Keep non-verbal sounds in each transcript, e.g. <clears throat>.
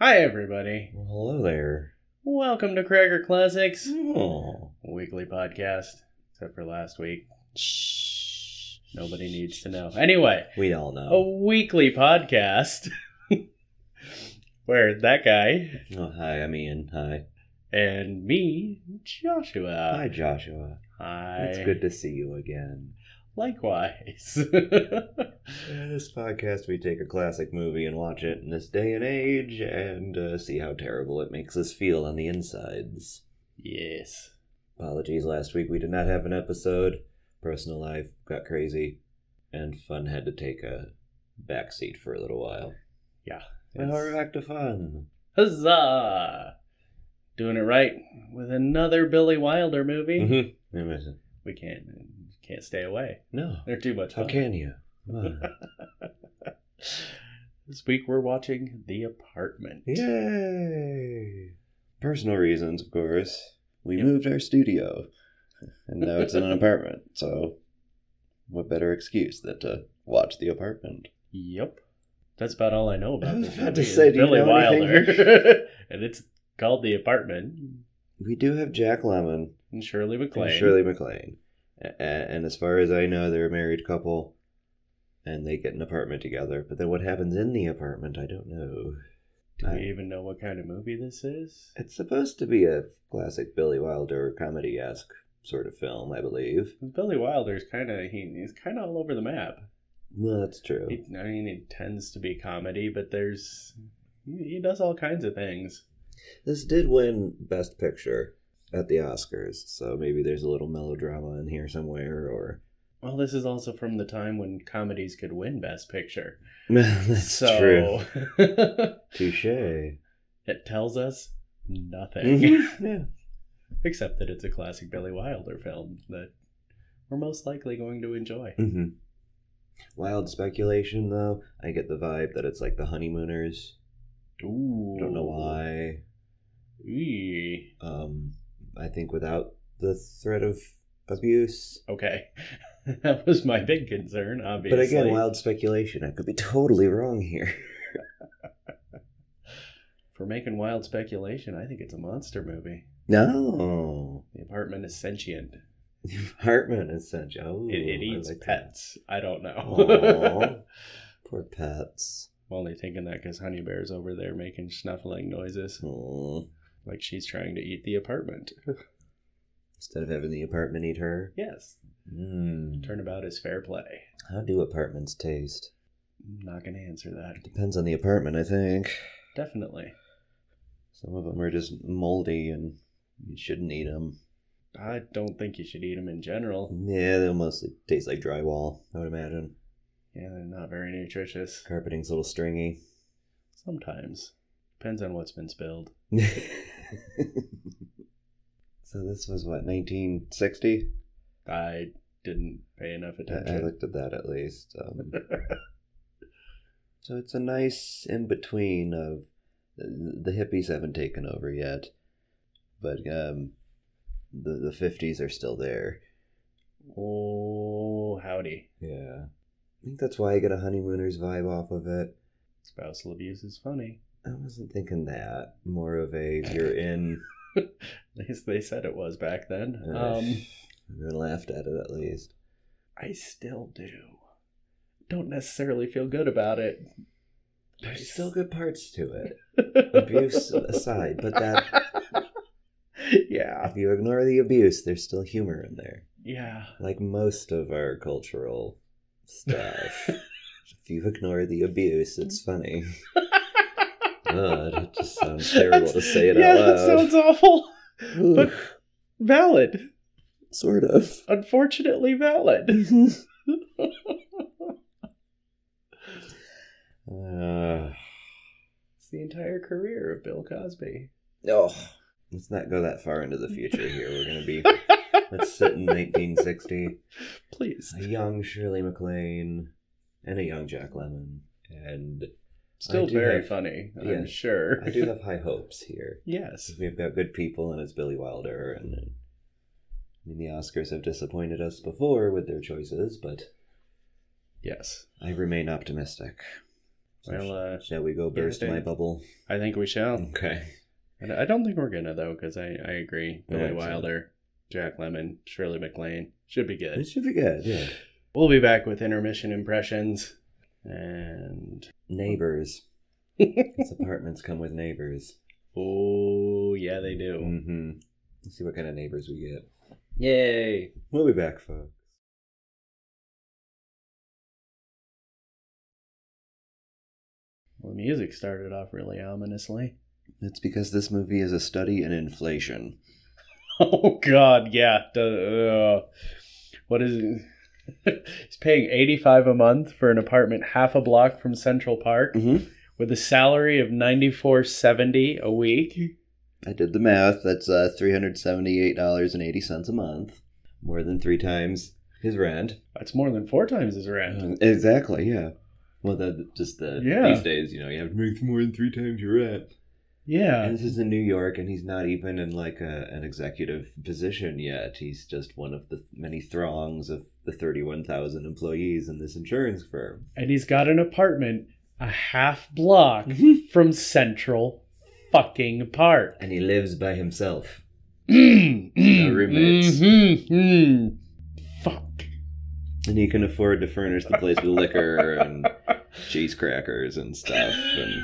Hi, everybody. Well, hello there. Welcome to Cracker Classics, Oh. weekly podcast. Except for last week, Shh. nobody needs to know. Anyway, We all know. a weekly podcast <laughs> where that guy Oh, hi, I'm Ian. Hi. and me, Joshua. hi, Joshua. Hi. It's good to see you again. Likewise. <laughs> In this podcast, we take a classic movie and watch it in this day and age and uh, see how terrible it makes us feel on the insides. yes. Apologies, last week we did not have an episode. Personal life got crazy, and fun had to take a backseat for a little while. Yeah. But now we're back to fun. Huzzah! Doing it right with another Billy Wilder movie. Mm-hmm. We can't can't stay away. No. They're too much. How fun. can you? Come on. <laughs> This week we're watching The Apartment. Yay! Personal reasons, of course. We Yep. moved our studio, and now it's <laughs> in an apartment. So, what better excuse than to watch the apartment? Yep. That's about all I know about I was this about movie to is say, do you Billy know Wilder. anything? <laughs> and it's called The Apartment. We do have Jack Lemmon And Shirley and MacLaine. Shirley MacLaine, A- a- and as far as I know, they're a married couple, and they get an apartment together. But then, what happens in the apartment? I don't know. Do we even know what kind of movie this is? It's supposed to be a classic Billy Wilder comedy esque sort of film, I believe. Billy Wilder's kind of he, he's kind of all over the map. Well, that's true. He, I mean, it tends to be comedy, but there's he, he does all kinds of things. This did win Best Picture at the Oscars, so maybe there's a little melodrama in here somewhere, or <laughs> Well, this is also from the time when comedies could win Best Picture. that's true. so <laughs> Touche. it tells us Mm-hmm. nothing. yeah. except that it's a classic Billy Wilder film that we're most likely going to enjoy. hmm Wild speculation, though. I get the vibe that it's like the honeymooners. Ooh, I don't know why. Eee. Um, I think without the threat of abuse. Okay, <laughs> that was my big concern. Obviously, But again, wild speculation. I could be totally wrong here. <laughs> for making wild speculation, I think it's a monster movie. No. The apartment is sentient. The apartment is such. Oh, It, it I eats like that. pets. I don't know. <laughs> Aw, poor pets. I'm only thinking that because Honey Bear's over there making snuffling noises, Aw. like she's trying to eat the apartment. Instead of having the apartment eat her. yes, Hmm. Mm. turnabout is fair play. How do apartments taste? I'm not gonna answer that. Depends on the apartment, I think. Definitely. Some of them are just moldy and you shouldn't eat them. I don't think you should eat them in general. Yeah, they'll mostly taste like drywall, I would imagine. Yeah, they're not very nutritious. Carpeting's a little stringy. <laughs> Sometimes. Depends on what's been spilled. so this was what, 1960? I didn't pay enough I- I attention. looked at that at least. Um, so it's a nice in between of the hippies haven't taken over yet, but um, the the fifties are still there. oh, howdy. Yeah, I think that's why I get a honeymooners vibe off of it. Spousal abuse is funny. <laughs> I wasn't thinking that. More of a you're in. At least they said it was back then. Uh, Um, we laughed at it at least. I still do. Don't necessarily feel good about it. There's <laughs> still good parts to it. abuse. Abuse aside, but that yeah. if you ignore the abuse, there's still humor in there. Yeah. like most of our cultural <laughs> stuff. if you ignore the abuse, it's funny. God, it just sounds terrible to say <laughs> it yeah, out that loud. sounds awful. Ooh, but- Valid. sort of. Unfortunately valid. <laughs> Uh, It's the entire career of Bill <laughs> Cosby. oh, let's not go that far into the future here. We're gonna be let's sit in 1960. Please. A young Shirley MacLaine and a young Jack Lemmon, and Still do very have- funny, yeah, I'm sure. I do have high hopes here. yes. We've got good people, and it's Billy Wilder. And I mean, the Oscars have disappointed us before with their choices, but Yes. I remain optimistic. Well, uh, Shall we go burst I my think- bubble? I think we shall. Okay. I I don't think we're gonna though, because I, I agree. Billy Yeah, it's- Wilder, Jack Lemon, Shirley MacLaine should be It good. should be good. Yeah. We'll be back with intermission impressions, and Neighbors. <laughs> These apartments come with neighbors. oh yeah, they do. Mm-hmm. Let's see what kind of neighbors we get. Yay! We'll be back, folks. Well, the music started off really ominously. It's because this movie is a study in inflation. <laughs> Oh God, yeah. Duh, uh, what is it? <laughs> He's paying eighty-five a month for an apartment half a block from Central Park Mm-hmm. with a salary of ninety-four seventy a week. I did the math. That's uh, $378.80 a month. More than three times his rent. That's more than four times his rent. Uh, exactly, yeah. Well, that just the, Yeah. these days, you know, you have to make more than three times your rent. Yeah, And this is in New York, and he's not even in like a, an executive position yet. He's just one of the many throngs of the 31,000 employees in this insurance firm. and he's got an apartment a half block Mm-hmm. from Central fucking Park. <clears throat> And he lives by himself. no roommates. Mm-hmm. Fuck. And he can afford to furnish the place with liquor and cheese crackers and stuff. And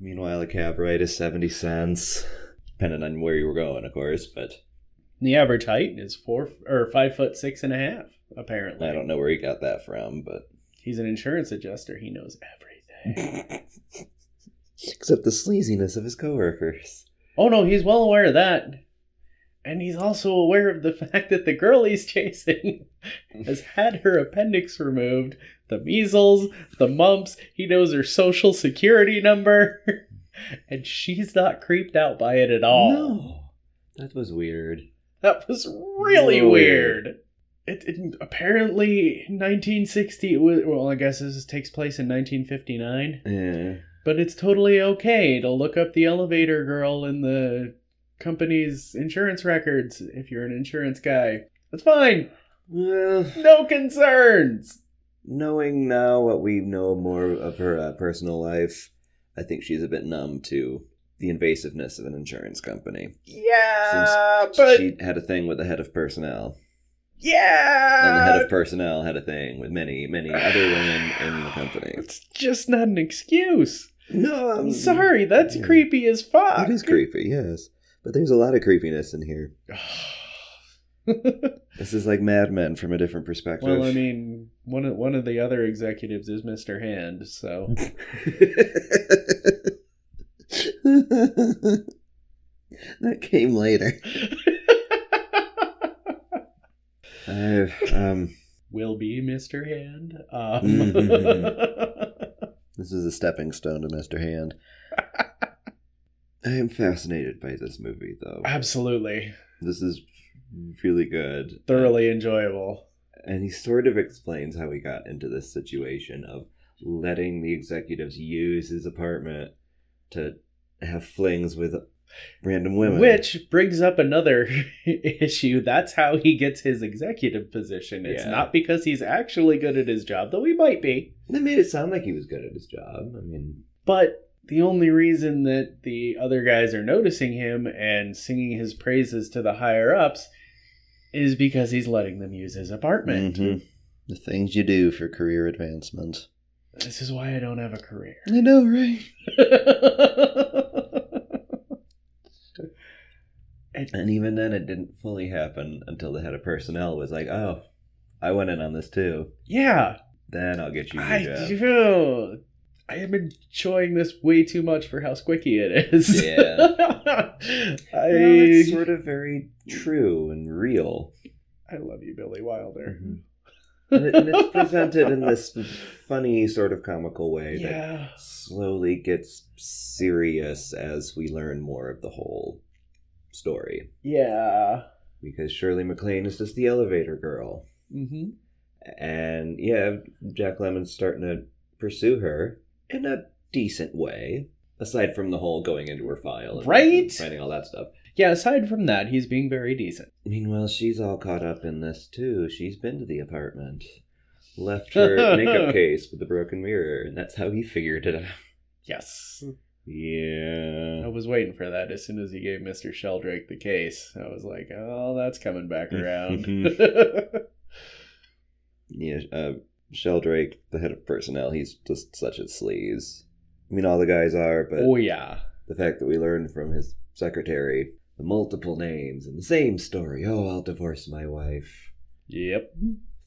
meanwhile, a cab ride is 70 cents. Depending on where you were going, of course, but <laughs> The average height is four or five foot six and a half. Apparently, I don't know where he got that from, but. He's an insurance adjuster. He knows everything. <laughs> Except the sleaziness of his coworkers. oh no, he's well aware of that, and he's also aware of the <laughs> fact that the girl he's chasing <laughs> has had her appendix removed, the measles, the mumps. He knows her social security number, <laughs> and she's not creeped out by it at all. No. That was weird. That was really Really weird. weird. It, it apparently 1960. it was- Well, I guess this takes place in 1959. Yeah. But it's totally okay to look up the elevator girl in the company's insurance records if you're an insurance guy. That's fine. Well, No concerns. knowing now what we know more of her uh, personal life, I think she's a bit numb to the invasiveness of an insurance company. Yeah, but she had a thing with the head of personnel, and the yeah. head of personnel had a thing with many, many other women in the company. it's just not an excuse. No, I'm sorry. That's Um, yeah. creepy as fuck. It is creepy, yes, but there's a lot of creepiness in here. This is like Mad Men from a different perspective. <sighs> Well, I <laughs> mean, one of, one of the other executives is Mr. Hand, <laughs> so that <laughs> came later. I've, um, will be Mr. Hand. Um, Mm-hmm. this is a stepping stone to Mr. Hand. I am fascinated by this movie, though. <laughs> Absolutely, This is really good. thoroughly enjoyable. And he sort of explains how he got into this situation of letting the executives use his apartment to have flings with random women. Which brings up another <laughs> issue. That's how he gets his executive position. It's Yeah. not because he's actually good at his job, though he might be. They made it sound like he was good at his job. I mean, But the only reason that the other guys are noticing him and singing his praises to the higher ups is because he's letting them use his apartment. Mm-hmm. the things you do for career advancement. This is why I don't have a career. <laughs> I know, right? And even then, it didn't fully happen until the head of personnel was like, "Oh, I went in on this too. yeah, Then I'll get you I a job." do. I am enjoying this way too much for how squicky it is. Yeah. <laughs> I, You know, that's sort of very true and real. I love you, Billy Wilder. Mhm. And, it- and it's presented in this funny, sort of comical way that Yeah. slowly gets serious as we learn more of the whole story. Yeah. because Shirley MacLaine is just the elevator girl. hmm And yeah, Jack Lemon's starting to pursue her in a decent way, aside from the whole going into her file and Right? finding all that stuff. Yeah, aside from that, he's being very decent. Meanwhile, she's all caught up in this too. She's been to the apartment. left her makeup case with the broken mirror, and that's how he figured it out. Yes. I Yeah. was waiting for that. As soon as he gave Mr. Sheldrake the case, I was like, oh, that's coming back around. <laughs> Yeah, uh, Sheldrake, the head of personnel, he's just such a sleaze. I mean, all the guys are, but oh, yeah. the fact that we learned from his secretary the multiple names and the same story. Oh, I'll divorce my wife. Yep.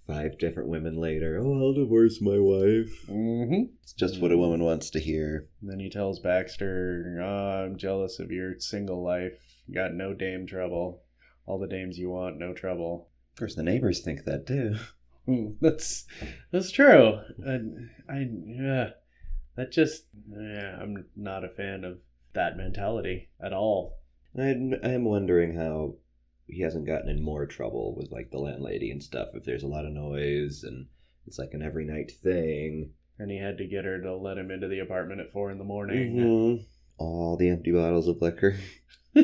Five different women later. Oh, I'll divorce my wife. hmm It's just what a woman wants to hear. Then he tells Baxter, "Ah, I'm jealous of your single life. Got no dame trouble. All the dames you want, no trouble. Of course, the neighbors think that too. Hmm, <laughs> That's that's true. And I uh, that just yeah, I'm not a fan of that mentality at all. I'm, I'm wondering how he hasn't gotten in more trouble with like the landlady and stuff. If there's a lot of noise and it's like an every night thing. And he had to get her to let him into the apartment at four in the morning. Mhm. All the empty bottles of liquor. <laughs>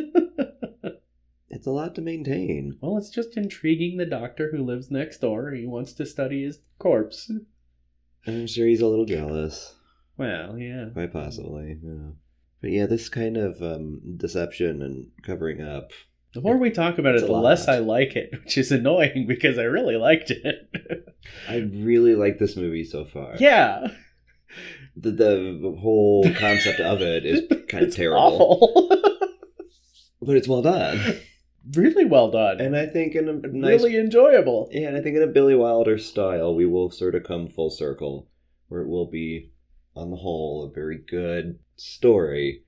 It's a lot to maintain. well, it's just intriguing the doctor who lives next door. He wants to study his corpse. I'm sure he's a little jealous. Well, yeah. Quite possibly, yeah. But yeah, this kind of um, deception and covering up. The more we talk about It's it, a the lot. less I like it, <laughs> which is annoying because I really liked it. I really like this movie so far. yeah, The, the whole concept of it is kind <laughs> of it's terrible. awful. <laughs> But it's well done. really well done. And I think in a nice. really enjoyable. Yeah, and I think in a Billy Wilder style, we will sort of come full circle where it will be, on the whole, a very good story.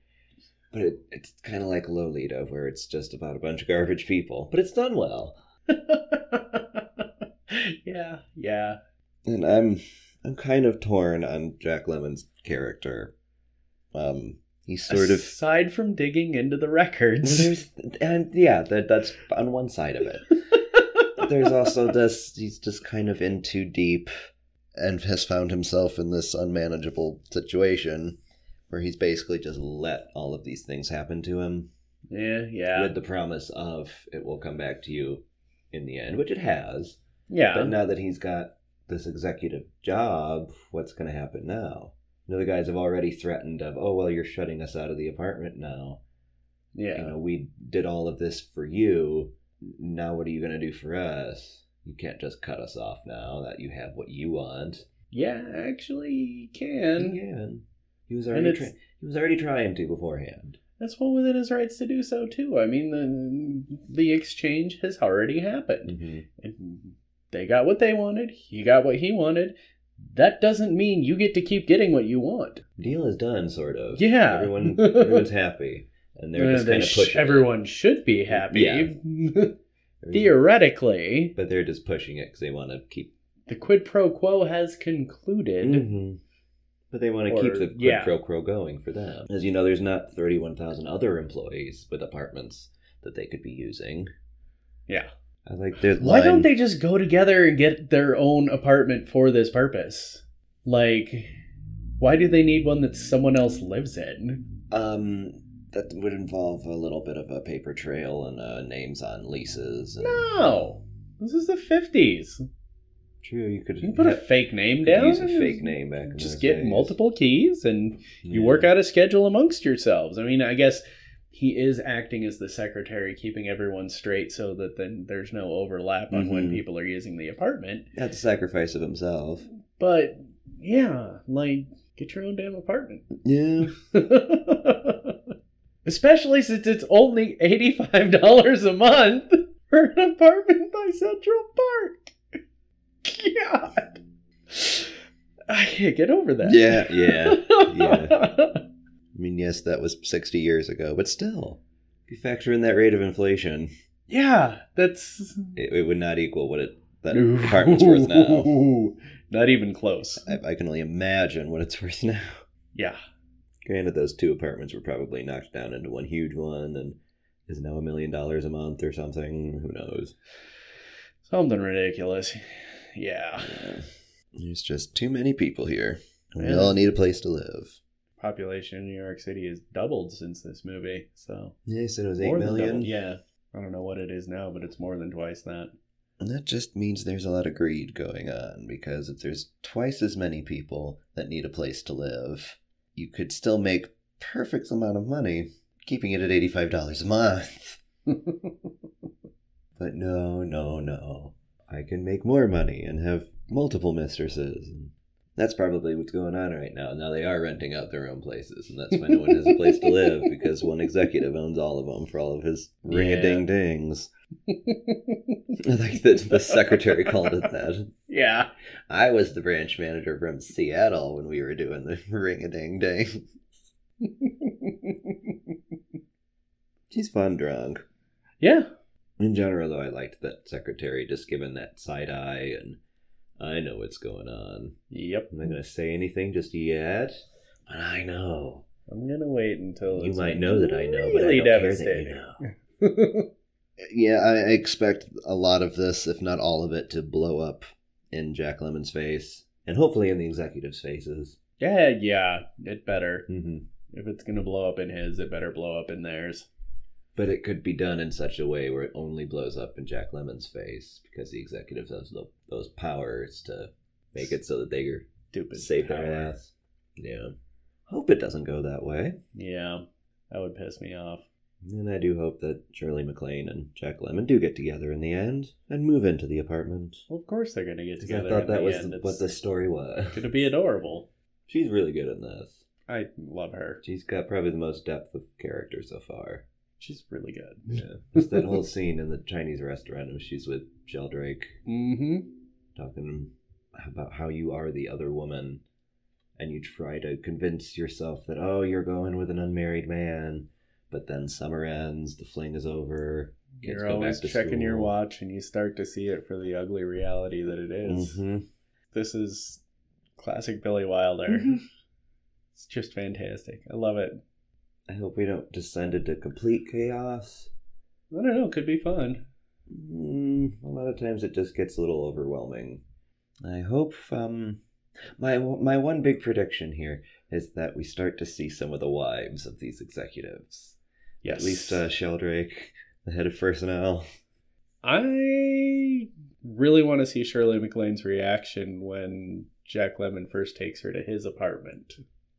But it, it's kind of like Lolita, where it's just about a bunch of garbage people. But it's done well. <laughs> yeah, yeah. and I'm I'm kind of torn on Jack Lemon's character. Um, he's sort of Aside from digging into the well, records, there's and yeah, that that's on one side of it. there's also this he's just kind of in too deep and has found himself in this unmanageable situation where he's basically just let all of these things happen to him <laughs> yeah, yeah, with the promise of it will come back to you in the end, which it has. yeah. But now that he's got this executive job, what's going to happen now? You know, the guys have already threatened of, oh well, you're shutting us out of the apartment now. yeah. You know, we did all of this for you. Now what are you going to do for us? You can't just cut us off now that you have what you want. yeah, actually, you And can. he was And already it's, try- he was already trying to beforehand. that's well within his rights to do so, too. I mean, the, the exchange has already happened. Mm-hmm. And they got what they wanted, he got what he wanted. That doesn't mean you get to keep getting what you want. Deal is done, sort of. Yeah. everyone everyone's happy, <laughs> and they're Uh, just they kind of sh- pushing it. everyone should be happy. <laughs> Theoretically, but they're just pushing it because they want to keep the quid pro quo has concluded. Mm. But they want to Mm-hmm. Or- keep the quid yeah. pro quo going for them. As you know, there's not 31,000 other employees with apartments that they could be using. Yeah. I like their Why don't line- they just go together and get their own apartment for this purpose? Like, why do they need one that someone else lives in? Um, that would involve a little bit of a paper trail and uh, names on leases. And... No. This is the 50s. True, you could, You can put a fake name could down. use a and fake name back in Just those get days. multiple keys and You Yeah. work out a schedule amongst yourselves. I mean, I guess he is acting as the secretary, keeping everyone straight so that then there's no overlap on when Mhm. people are using the apartment. At the sacrifice of himself. But yeah, like get your own damn apartment. <laughs> Yeah. Especially since it's only eighty-five dollars a month for an apartment by Central Park. <laughs> God, <sighs> I can't get over that. <laughs> Yeah, yeah. yeah. I mean, yes, that was 60 years ago, but still, if you factor in that rate of inflation, Yeah, that's it, it would not equal what it that apartment's worth <laughs> now. Ooh, Not even close. I, I can only imagine what it's <laughs> worth now. Yeah. Granted, those two apartments were probably knocked down into one huge one and is now a million dollars a month or something. Who knows? Something ridiculous. Yeah. Yeah. There's just too many people here. and We Yeah. all need a place to live. Population in New York City has doubled since this movie. So Yeah, you said it was eight more than million. doubled. Yeah. I don't know what it is now, but it's more than twice that. <laughs> And that just means there's a lot of greed going on because if there's twice as many people that need a place to live, you could still make perfect amount of money keeping it at $85 a month. <laughs> but no, no, no. I can make more money and have multiple mistresses. That's probably what's going on right now. Now they are renting out their own places, and that's why no one has a place to live because one executive owns all of them for all of his Yeah. ring a ding dings. I <laughs> like that the secretary called it that. yeah. <laughs> I was the branch manager from Seattle when we were doing the <laughs> ring a ding ding. She's fun drunk. yeah. In general, though, I liked that secretary just giving that side eye and I know what's going on. Yep. I'm not going to say anything just yet, but I know. I'm gonna wait until you Oh, it's might know that I know, but I really don't care that you devastating. know. Yeah, I I expect a lot of this, if not all of it, to blow up in Jack Lemon's face and hopefully in the executives' faces. <laughs> Yeah, yeah. It better. Mm-hmm. If it's gonna blow up in his, it better blow up in theirs. But it could be done in such a way where it only blows up in Jack Lemon's face because the executives have tho- those powers to make it so that they are Stupid. save their power. ass. Yeah. Hope it doesn't go that way. Yeah. That would piss me off. And I do hope that Shirley MacLaine and Jack Lemon do get together in the end and move into the apartment. Well, of course they're gonna get Because I together. thought in that the was end. the, It's what the story was. <laughs> gonna be adorable. <laughs> She's really good in this. I love her. She's got probably the most depth of character so far. She's really good. <laughs> Yeah. Just that whole scene in the Chinese restaurant when she's with Sheldrake Mm-hmm. talking about how you are the other woman and you try to convince yourself that, oh, you're going with an unmarried man. But then summer ends, the fling is over. Kids You're go back always to checking your school. watch and you start to see it for the ugly reality that it is. Mhm. This is classic Billy Wilder. <laughs> It's just fantastic. I love it. I hope we don't descend into complete chaos. I don't know, it could be fun. Mm, a lot of times it just gets a little overwhelming. I hope um, my my one big prediction here is that we start to see some of the wives of these executives. Yes. At least uh, Sheldrake, the head of personnel. I really want to see Shirley MacLaine's reaction when Jack Lemon first takes her to his apartment.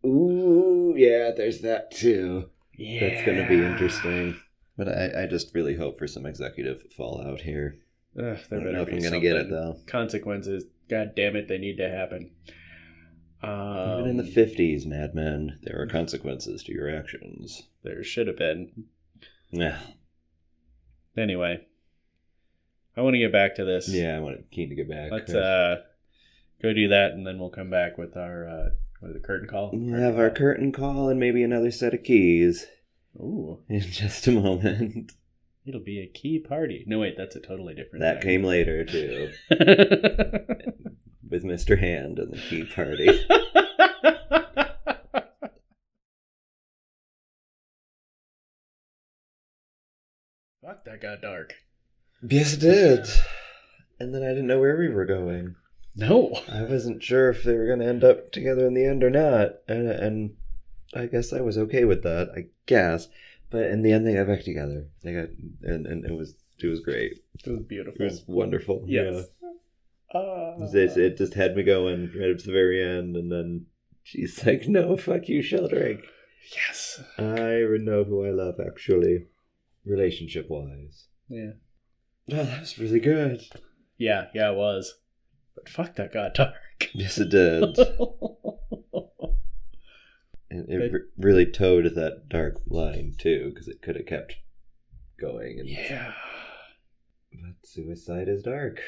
Ooh, yeah, there's that too. Yeah. That's going to be interesting. But I, I just really hope for some executive fallout here. Ugh, I there don't know better if be I'm going to something. get it though. Consequences. God damn it, they need to happen. Um, Even in the 50s, Mad Men, there are consequences to your actions. There should have been. Yeah. Anyway, I want to get back to this. Yeah, I want to keen to get back. Let's uh, go do that, and then we'll come back with our uh, with the curtain call. We'll have our curtain call and maybe another set of keys <laughs> Ooh, in just a moment. it'll be a key party. No, wait, that's a totally different. That thing. <laughs> came later too, with Mr. Hand and the key party. <laughs> <laughs> Fuck, that got dark. yes, it did. And then I didn't know where we were going. No. I wasn't sure if they were going to end up together in the end or not, and and I guess I was okay with that. I guess, but in the end, they got back together. They got and, and it was it was great. It was It beautiful. was wonderful. Yeah. yes. Ah. It, it just had me going right up to the very end, and then she's <laughs> like, "No, fuck you, Sheldrake. Yes. I know who I love, actually, relationship wise." Yeah. Oh, that was really good. Yeah, yeah, it was. But fuck, that got dark. <laughs> Yes, it did. it it re- really towed that dark line too, because it could have kept going. And yeah. but suicide is dark,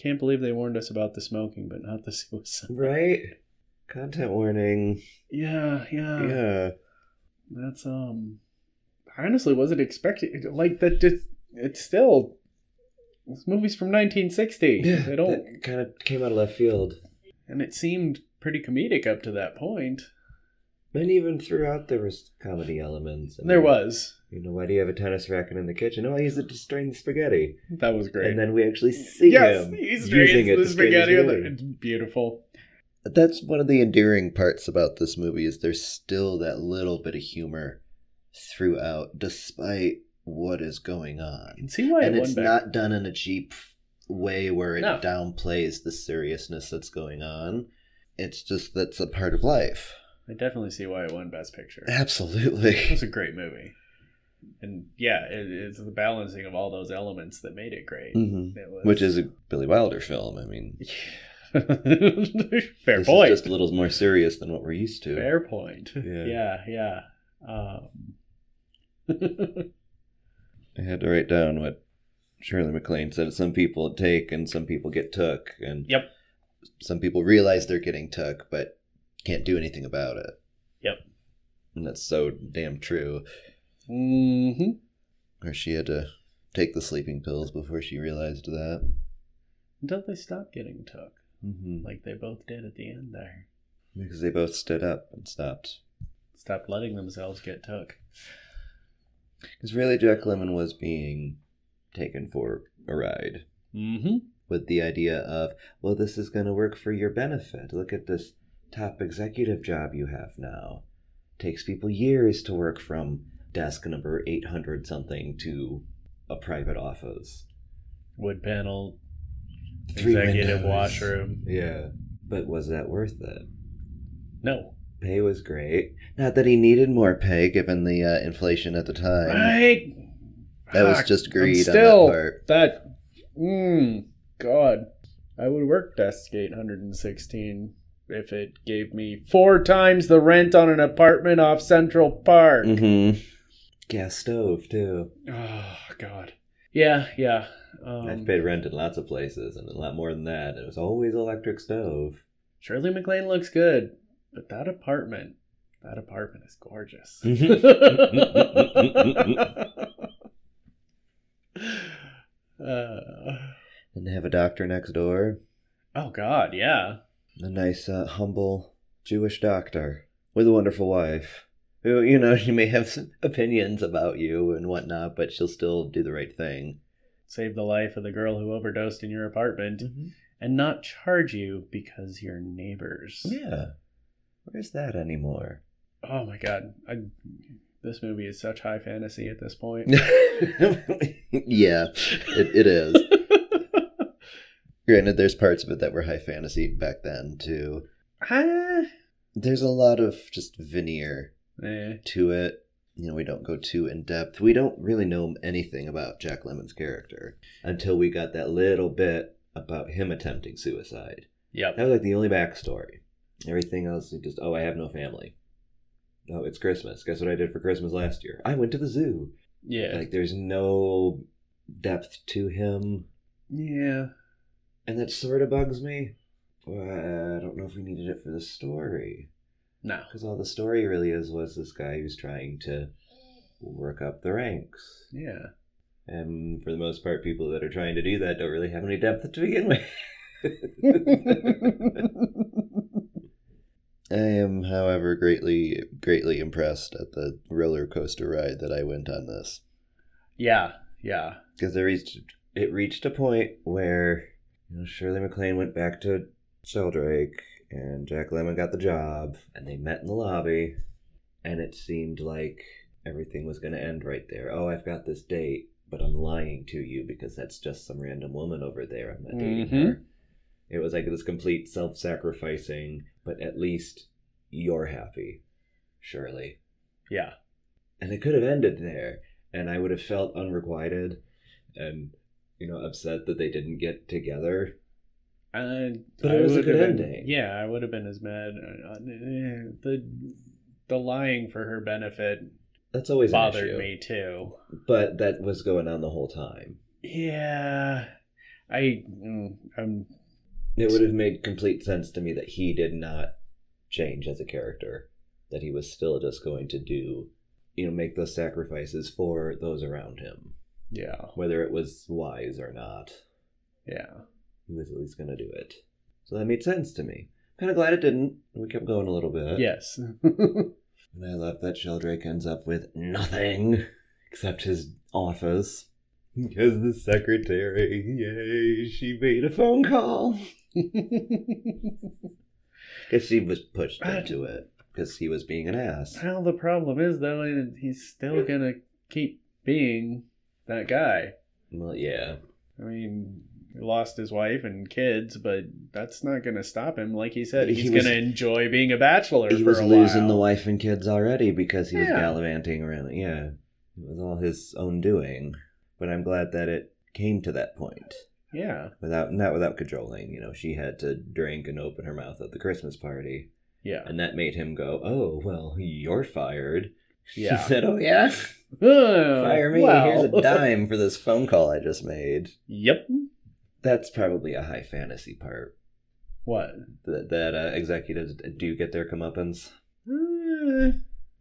Can't believe they warned us about the smoking, but not the suicide. right? Content warning. Yeah, yeah. yeah. That's um. I honestly wasn't expecting like that. Just it's still this movie's from 1960. they don't, kind of came out of left field. and it seemed pretty comedic up to that point. And even throughout, there was comedy elements. I There mean, was You know, why do you have a tennis racket in the kitchen? Oh, I use it to strain the spaghetti. that was great. And then we actually see yes, him he strains using it the to strain spaghetti. the on the- spaghetti. It's beautiful. That's one of the endearing parts about this movie is there's still that little bit of humor throughout, despite what is going You on. can see why and it it's won back. not done in a cheap way where it No. downplays the seriousness that's going on. It's just that's a part of life. <laughs> I definitely see why it won Best Picture. It <laughs> Absolutely. was a great movie, and yeah, it, it's the balancing of all those elements that made it great. hmm It was- Which <laughs> is a Billy Wilder film. I mean, fair this point. is just a little more serious than what we're used to. Fair point. <laughs> Yeah. Yeah, yeah. Um, <laughs> I had to write down what Shirley MacLaine said. Some people take, and some people get took, and Yep. some people realize they're getting took, but can't do anything about it. Yep. and that's so damn true. hmm Or she had to take the sleeping pills before she realized that. Until they stop getting took, Mm-hmm. like they both did at the end there. Because they both stood up and stopped. Stop letting themselves get took. Because really, Jack Lemon was being taken for a ride. Mm-hmm. with the idea of, well, this is going to work for your benefit. Look at this top executive job you have now. Takes people years to work from desk number 800 something to a private office. Wood panel, Three executive windows. washroom. Yeah. But was that worth it? No. Pay was great. Not that he needed more pay given the uh, inflation at the time. Right. That was Fuck, just I'm greed still on that part. that. Mm, God, I would work desk 816 if it gave me four times the rent on an apartment off Central Park. Mm-hmm. Gas stove, too. Oh God. Yeah, yeah. I've Um, paid rent in lots of places and a lot more than that. It was always electric stove. Shirley MacLaine looks good, but that apartment, that apartment is <laughs> gorgeous. uh, and they have a doctor next door. oh God, yeah. A nice, uh, humble Jewish doctor with a wonderful wife. Who, you know, <laughs> she may have some opinions about you and whatnot, but she'll still do the right thing. Save the life of the girl who overdosed in your apartment Mm-hmm. and not charge you because you're neighbors. Yeah. Where's that anymore? <laughs> Oh my God, I, this movie is such high fantasy at this point. yeah, <laughs> <laughs> it, it is. Granted, there's parts of it that were high fantasy back then, too. Ah, There's a lot of just veneer eh. to it. You know, we don't go too in depth. We don't really know anything about Jack Lemon's character until we got that little bit about him attempting suicide. Yep. That was like the only backstory. Everything else is just, oh, I have no family. Oh, it's Christmas. Guess what I did for Christmas last year? I went to the zoo. Yeah. Like, there's no depth to him, Yeah. and that sort of bugs me. But I don't know if we needed it for the story. No. Because all the story really is was this guy who's trying to work up the ranks. Yeah. And for the most part, people that are trying to do that don't really have any depth to begin with. <laughs> I am, however, greatly, greatly impressed at the roller coaster ride that I went on this yeah. Yeah. because it reached it reached a point where you know, Shirley MacLaine went back to Sheldrake, and Jack Lemmon got the job, and they met in the lobby, and it seemed like everything was going to end right there. Oh, I've got this date, but I'm lying to you because that's just some random woman over there. I'm not dating Mhm. her. It was like this complete self-sacrificing, but at least you're happy, Shirley Yeah. and it could have ended there and i would have felt unrequited and you know upset that they didn't get together I, But I it was a would good have been- ending. Yeah, I would have been as mad. Uh, uh, The the lying for her benefit that's always an bothered issue. me too. but that was going on the whole time Yeah, I mm, I'm it would have made complete sense to me that he did not change as a character that he was still just going to do you know make those sacrifices for those around him yeah whether it was wise or not yeah he was at least going to do it so that made sense to me kind of glad it didn't we kept going a little bit yes <laughs> And I love that Sheldrake ends up with nothing except his office. Because the secretary, yay, she made a phone call. Because she was pushed into it. Because he was being an ass. well the problem is though is he's still gonna keep being that guy. Well, yeah. I mean lost his wife and kids, but that's not going to stop him. Like he said, He he's was- going to enjoy being a bachelor. he for was a losing the while. wife and kids already because he was Yeah. gallivanting around. Yeah, it was all his own doing. But I'm glad that it came to that point Yeah, without not without cajoling. You know, she had to drink and open her mouth at the Christmas party, yeah, and that made him go, "Oh well, you're fired." Yeah. Uh, He said, "Oh yeah, fire me. Well. Here's <laughs> a dime for this phone call I just made." Yep. That's probably a high fantasy part What? that, that uh, executives do get their comeuppance. Uh,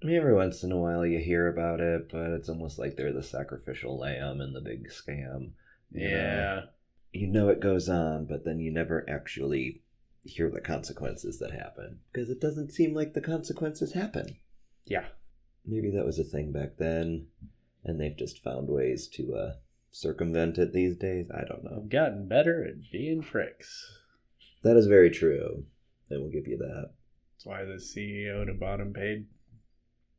I mean, every once in a while you hear about it, but it's almost like they're the sacrificial lamb in the big scam. You know? yeah. You know it goes on, but then you never actually hear the consequences that happen because it doesn't seem like the consequences happen. Yeah. Maybe that was a thing back then, and they've just found ways to uh, circumvent it these days. I don't know. I've gotten better at being pricks. That is very true. I will give you that. <laughs> That's why the CEO to bottom paid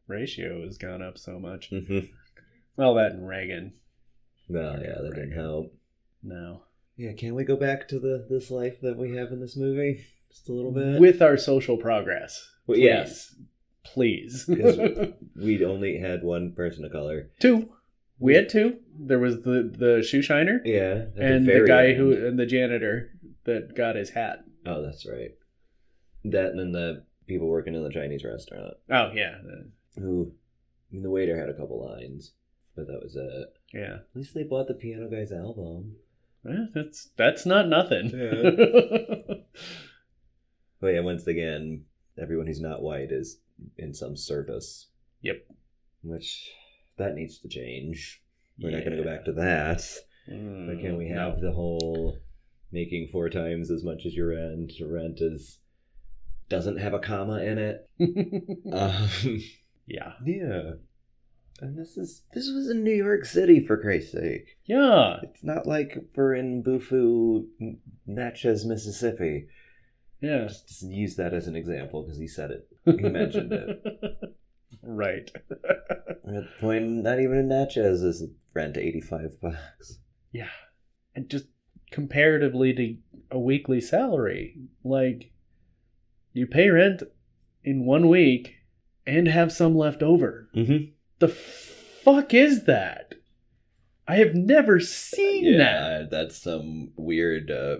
ratio has gone up so much. Mm-hmm. Well, that and Reagan. Well, yeah, that didn't help. No. Yeah, can we go back to the this life that we have in this movie just a little bit? With our social progress. Well, yes. Please. <laughs> Because- We'd only had one person of color. two. We had two. There was the, the shoe shiner Yeah, at and the very guy end. who and the janitor that got his hat. Oh, that's right. That and then the people working in the Chinese restaurant Oh yeah. the- who, I mean, the waiter had a couple lines, but that was it. Yeah. At least they bought the piano guy's album. Eh, That's that's not nothing. <laughs> But yeah, once again, everyone who's not white is in some service. Yep. Which that needs to change. We're not going to go back to that. Mm, But can we no. have the whole making four times as much as your rent? Rent is doesn't have a comma in it. Mm. Um, <laughs> <laughs> yeah. yeah. And this is this was in New York City for Christ's sake. Yeah. It's not like we're in Bufu, N- Natchez, Mississippi. Yeah. Just, just use that as an example because he said it. He mentioned it. <laughs> Right. We're at the point not even in Natchez is rent eighty five bucks. Yeah. And just comparatively to a weekly salary, like you pay rent in one week and have some left over. Mm-hmm. The fuck is that? I have never seen Yeah, that's some weird uh,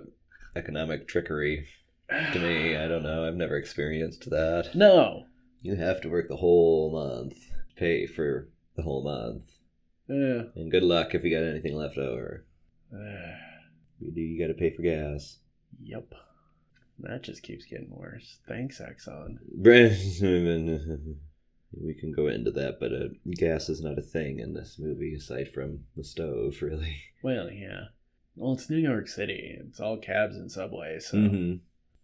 economic trickery. that. to me. I don't know. I've never experienced that. <sighs> No. You have to work the whole month, pay for the whole month, Yeah. and good luck if you got anything left over. Uh, You do. You got to pay for gas. <laughs> yep. That just keeps getting worse. Thanks, Exxon. we can go into that, but uh, gas is not a thing in this movie aside from the stove, really. Well, yeah. Well, it's New York City. It's all cabs and subways, so Mhm.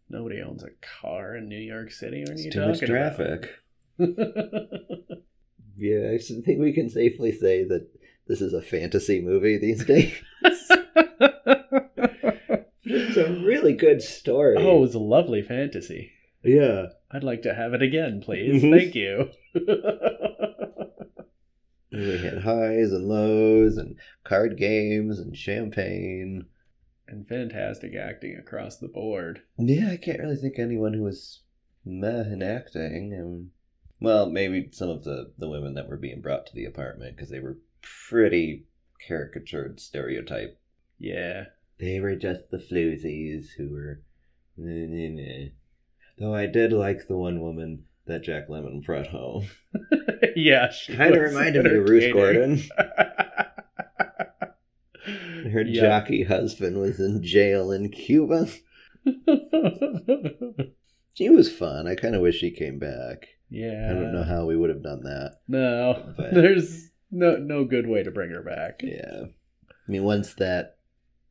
nobody owns a car in New York City. Mm-hmm. What are you It's too talking much traffic. <laughs> about? Yeah, I s- think we can safely say that this is a fantasy movie these <laughs> days. it's a really good story. oh, it was a lovely fantasy. yeah. I'd like to have it again, <laughs> please. Mhm. Thank you. <laughs> We had highs and lows and card games and champagne. and fantastic acting across the board. Yeah, I can't really think of anyone who was meh in acting. Um, well, maybe some of the, the women that were being brought to the apartment because they were pretty caricatured stereotype. Yeah. <laughs> They were just the floozies who were. meh, meh, meh. Though I did like the one woman that Jack Lemon brought <laughs> home. yeah. she Kind of was reminded me of Ruth entertaining. Gordon. Her Yeah. jockey husband was in jail in Cuba. She was fun. I kind of wish she came back. <laughs> yeah. I don't know how we would have done that. No, But- there's no no good way to bring her back. Yeah. I mean, once that,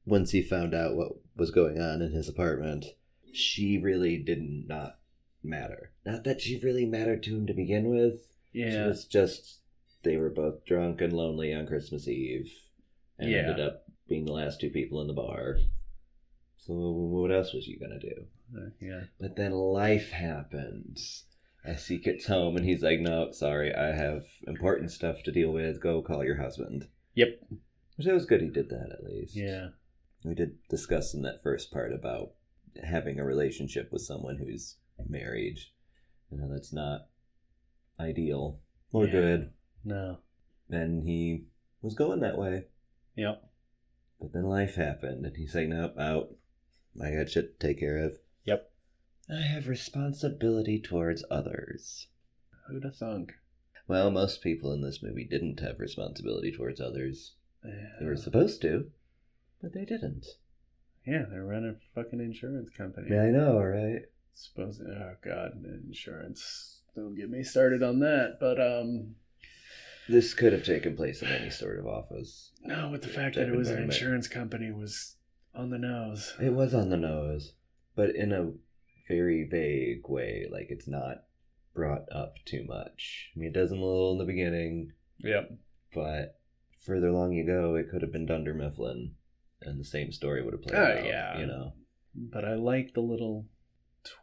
once he found out what was going on in his apartment, she really didn't not matter. Not that she really mattered to him to begin with. She Yeah. was just, they were both drunk and lonely on Christmas Eve and Yeah. ended up being the last two people in the bar. So what else was you going to do? Uh, yeah. But then life happens. As he gets home and he's like, No, sorry, I have important stuff to deal with. Go call your husband. Yep. Which that was good he did that at least. Yeah. we did discuss in that first part about having a relationship with someone who's married. You know, that's not ideal or Yeah. good. No. And he was going that way. Yep. But then life happened and he's like, Nope, out. I got shit to take care of. Yep. I have responsibility towards others. Who'd have thunk? Well, most people in this movie didn't have responsibility towards others. They Yeah. were supposed to, but they didn't. yeah, they run a fucking insurance company. I know, right? Suppose oh god, insurance. Don't get me started on that. But um This could have taken place in any sort of office. no, with the fact that it was an Environment. insurance company was on the nose. It was on the nose, But in a very vague way, like it's not brought up too much. I mean it doesn't a little in the beginning, Yep. but further along you go, it could have been Dunder Mifflin and the same story would have played Oh, out. yeah. <laughs> You know. But I like the little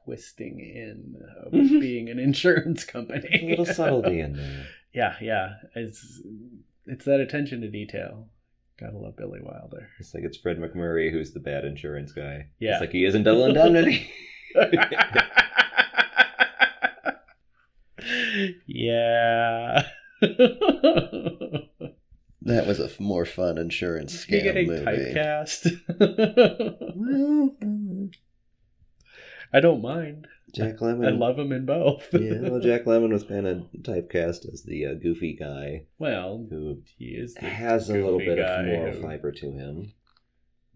twisting in of being an insurance company. Mm-hmm. A little subtlety in there. <laughs> Yeah, yeah. It's it's that attention to detail. Gotta love Billy Wilder. It's like it's Fred McMurray who's the bad insurance guy. Yeah. It's like he isn't doubling down and he <laughs> <laughs> yeah. <laughs> That was a f- more fun insurance you scam getting movie. typecast. <laughs> Well, mm, I don't mind. Jack I Lemmon. love him in both. <laughs> yeah, well, Jack Lemmon was kind of typecast as the uh, goofy guy <laughs> well, who he is the has a little goofy bit guy of moral who- fiber to him.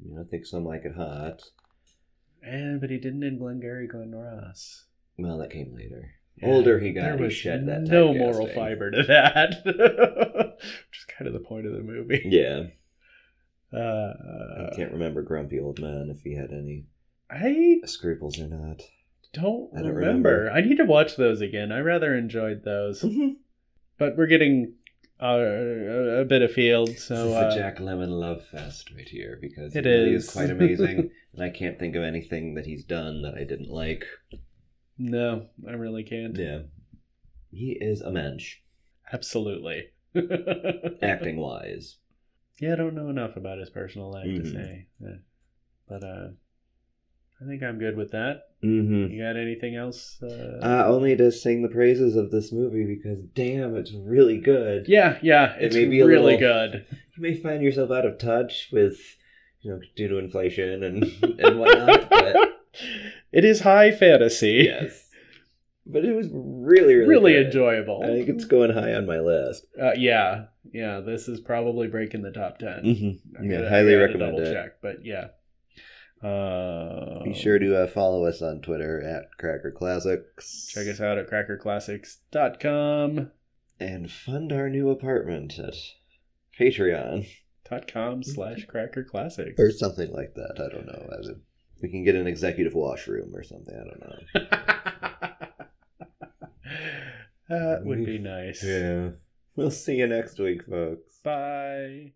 You know, I think some like it hot. and Eh, but he didn't in Glengarry Glen Ross. Well, that came later. Older he got, There he was shed that no moral typecasting. fiber to that, <laughs> which is kind of the point of the movie. Yeah, Uh, I can't remember Grumpy Old Man if he had any I scruples <laughs> or not. don't, I don't remember. remember. I need to watch those again. I rather enjoyed those, Mhm. but we're getting uh, a a bit of field, this so is uh, a Jack Lemon love fest right here because It it really is. is. <laughs> quite amazing, and I can't think of anything that he's done that I didn't like. no, I really can't. Yeah, he is a mensch, Absolutely. <laughs> acting wise. Yeah, I don't know enough about his personal life to Mhm. say, Yeah. but uh, I think I'm good with that. Mm-hmm. You got anything else? Uh, Uh, only to sing the praises of this movie because damn, it's really good. yeah, yeah, it it's may be a really little- good. You may find yourself out of touch with, you know, due to inflation and <laughs> <laughs> and whatnot. but it is high fantasy. yes, but it was really really really good. enjoyable. I think it's going high on my list. Uh, yeah, yeah. This is probably breaking the top 10 Mm-hmm. I Yeah, gotta- I highly gotta recommend double it. Check, but yeah. Uh, Be sure to uh, follow us on Twitter at Cracker Classics. check us out at crackerclassics.com. And fund our new apartment at Patreon. Dot com Mm-hmm. slash cracker classics. <laughs> Or something like that. I don't know. I mean, We can get an executive washroom or something. I don't know. that would be nice. Yeah. We'll see you next week, folks. Bye.